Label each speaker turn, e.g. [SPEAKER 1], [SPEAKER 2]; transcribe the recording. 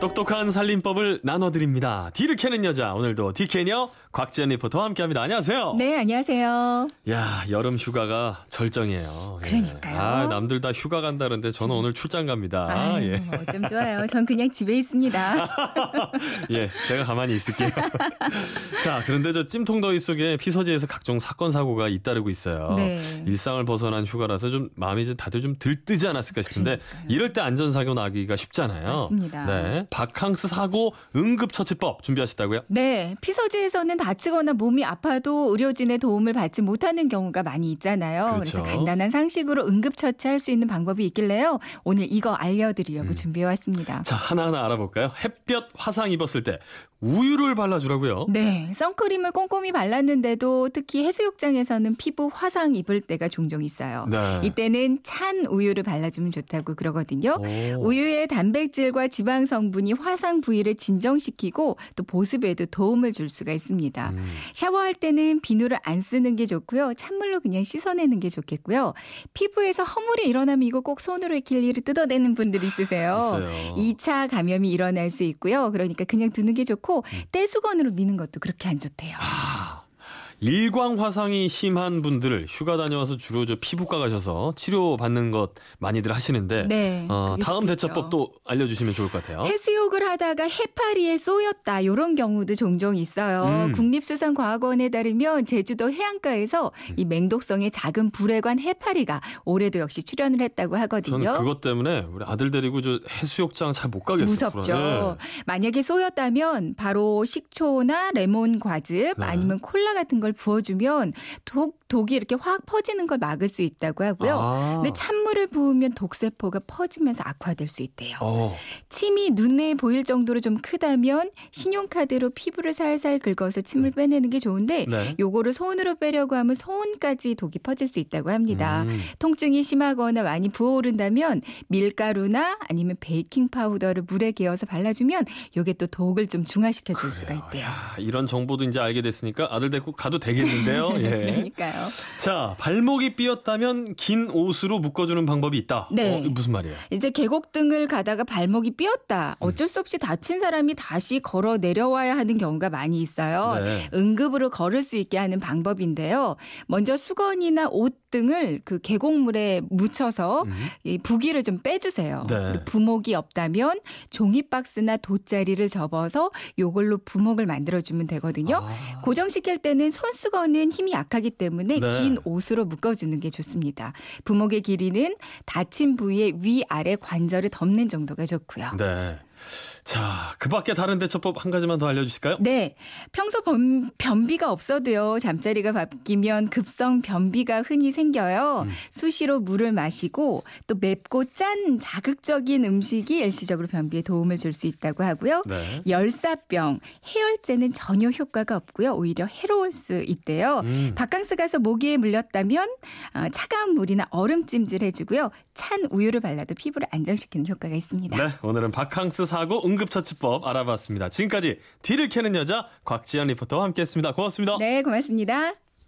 [SPEAKER 1] 똑똑한 살림법을 나눠드립니다. 뒤를 캐는 여자 오늘도 뒤캐녀 곽지연 리포터와 함께합니다. 안녕하세요.
[SPEAKER 2] 네,
[SPEAKER 1] 아,
[SPEAKER 2] 안녕하세요.
[SPEAKER 1] 야 여름 휴가가 절정이에요. 예.
[SPEAKER 2] 그러니까요.
[SPEAKER 1] 아, 남들 다 휴가 간다는데 저는 오늘 출장 갑니다.
[SPEAKER 2] 아,
[SPEAKER 1] 예.
[SPEAKER 2] 유 어쩜 좋아요. 전 그냥 집에 있습니다.
[SPEAKER 1] 예, 제가 가만히 있을게요. 자, 그런데 저 찜통더위 속에 피서지에서 각종 사건 사고가 잇따르고 있어요.
[SPEAKER 2] 네.
[SPEAKER 1] 일상을 벗어난 휴가라서 좀 마음이 이제 다들 좀 들뜨지 않았을까 싶은데 이럴 때 안전사고 나기가 쉽잖아요.
[SPEAKER 2] 맞습니다.
[SPEAKER 1] 네, 바캉스 사고 응급처치법 준비하셨다고요?
[SPEAKER 2] 네, 피서지에서는 다치거나 몸이 아파도 의료진의 도움을 받지 못하는 경우가 많이 있잖아요. 래
[SPEAKER 1] 그렇죠.
[SPEAKER 2] 서 간단한 상식으로 응급처치할 수 있는 방법이 있길래요. 오늘 이거 알려드리려고 준비해왔습니다.
[SPEAKER 1] 음. 자, 하나하나 알아볼까요? 햇볕 화상 입었을 때 우유를 발라주라고요.
[SPEAKER 2] 네, 선크림을 꼼꼼히 발랐는데도 특히 해수욕장에서는 피부 화상 입을 때가 종종 있어요.
[SPEAKER 1] 네.
[SPEAKER 2] 이때는 찬 우유를 발라주면 좋다고 그러거든요.
[SPEAKER 1] 오.
[SPEAKER 2] 우유의 단백질과 지방 성분이 화상 부위를 진정시키고 또 보습에도 도움을 줄 수가 있습니다.
[SPEAKER 1] 음.
[SPEAKER 2] 샤워할 때는 비누를 안 쓰는 게 좋고요. 찬물로 그냥 씻어내는 게 좋겠고요. 피부에서 허물이 일어나면 이거 꼭 손으로 이렇게 일일이 뜯어내는 분들 있으세요.
[SPEAKER 1] 있어요.
[SPEAKER 2] 2차 감염이 일어날 수 있고요. 그러니까 그냥 두는 게 좋고
[SPEAKER 1] 음.
[SPEAKER 2] 떼수건으로 미는 것도 그렇게 안 좋대요.
[SPEAKER 1] 아, 일광 화상이 심한 분들을 휴가 다녀와서 주로 저 피부과 가셔서 치료 받는 것 많이들 하시는데
[SPEAKER 2] 네.
[SPEAKER 1] 어,
[SPEAKER 2] 그게
[SPEAKER 1] 다음
[SPEAKER 2] 좋겠죠.
[SPEAKER 1] 대처법도 알려주시면 좋을 것 같아요.
[SPEAKER 2] 해수욕을 하다가 해파리에 쏘였다 이런 경우도 종종 있어요.
[SPEAKER 1] 음.
[SPEAKER 2] 국립수산과학원에 따르면 제주도 해안가에서 이
[SPEAKER 1] 음.
[SPEAKER 2] 맹독성의 작은 불에관 해파리가 올해도 역시 출현을 했다고
[SPEAKER 1] 저는
[SPEAKER 2] 하거든요.
[SPEAKER 1] 그것 때문에 우리 아들 데리고 저 해수욕장 잘 못 가겠어요.
[SPEAKER 2] 무섭죠.
[SPEAKER 1] 불안해.
[SPEAKER 2] 만약에 쏘였다면 바로 식초나 레몬 과즙
[SPEAKER 1] 네.
[SPEAKER 2] 아니면 콜라 같은 걸 부어주면 독 독이 이렇게 확 퍼지는 걸 막을 수 있다고 하고요.
[SPEAKER 1] 아.
[SPEAKER 2] 근데 찬물을 부으면 독세포가 퍼지면서 악화될 수 있대요.
[SPEAKER 1] 어,
[SPEAKER 2] 침이 눈에 보일 정도로 좀 크다면 신용카드로 피부를 살살 긁어서 침을 빼내는 게 좋은데
[SPEAKER 1] 네.
[SPEAKER 2] 요거를 손으로 빼려고 하면 손까지 독이 퍼질 수 있다고 합니다.
[SPEAKER 1] 음.
[SPEAKER 2] 통증이 심하거나 많이 부어오른다면 밀가루나 아니면 베이킹 파우더를 물에 개어서 발라주면 요게 또 독을 좀 중화시켜 줄 수가 있대요.
[SPEAKER 1] 야, 아, 이런 정보도 이제 알게 됐으니까 아들 데리고 가도 되겠는데요. 예.
[SPEAKER 2] 그러니까요.
[SPEAKER 1] 자, 발목이 삐었다면 긴 옷으로 묶어주는 방법이 있다.
[SPEAKER 2] 네.
[SPEAKER 1] 어, 이거 무슨 말이에요?
[SPEAKER 2] 이제 계곡 등을 가다가 발목이 삐었다. 어쩔 수 없이 다친 사람이 다시 걸어 내려와야 하는 경우가 많이 있어요.
[SPEAKER 1] 네.
[SPEAKER 2] 응급으로 걸을 수 있게 하는 방법인데요. 먼저 수건이나 옷 등을 그 계곡물에 묻혀서
[SPEAKER 1] 음.
[SPEAKER 2] 이 부기를 좀 빼주세요.
[SPEAKER 1] 네.
[SPEAKER 2] 그리고 부목이 없다면 종이 박스나 돗자리를 접어서 요걸로 부목을 만들어주면 되거든요.
[SPEAKER 1] 아.
[SPEAKER 2] 고정시킬 때는 손수건은 힘이 약하기 때문에
[SPEAKER 1] 네.
[SPEAKER 2] 긴 옷으로 묶어주는 게 좋습니다. 부목의 길이는 다친 부위의 위아래 관절을 덮는 정도가 좋고요.
[SPEAKER 1] 네. 자, 그 밖에 다른 대처법 한 가지만 더 알려주실까요?
[SPEAKER 2] 네. 평소 범- 변비가 없어도요. 잠자리가 바뀌면 급성 변비가 흔히 생겨요.
[SPEAKER 1] 음.
[SPEAKER 2] 수시로 물을 마시고 또 맵고 짠 자극적인 음식이 일시적으로 변비에 도움을 줄 수 있다고 하고요.
[SPEAKER 1] 네.
[SPEAKER 2] 열사병, 해열제는 전혀 효과가 없고요. 오히려 해로울 수 있대요.
[SPEAKER 1] 음.
[SPEAKER 2] 바캉스 가서 모기에 물렸다면 어, 차가운 물이나 얼음 찜질 해주고요. 찬 우유를 발라도 피부를 안정시키는 효과가 있습니다.
[SPEAKER 1] 네, 오늘은 바캉스 사고 응급처치법 알아봤습니다. 지금까지 뒤를 캐는 여자 곽지연 리포터와 함께했습니다. 고맙습니다.
[SPEAKER 2] 네 고맙습니다.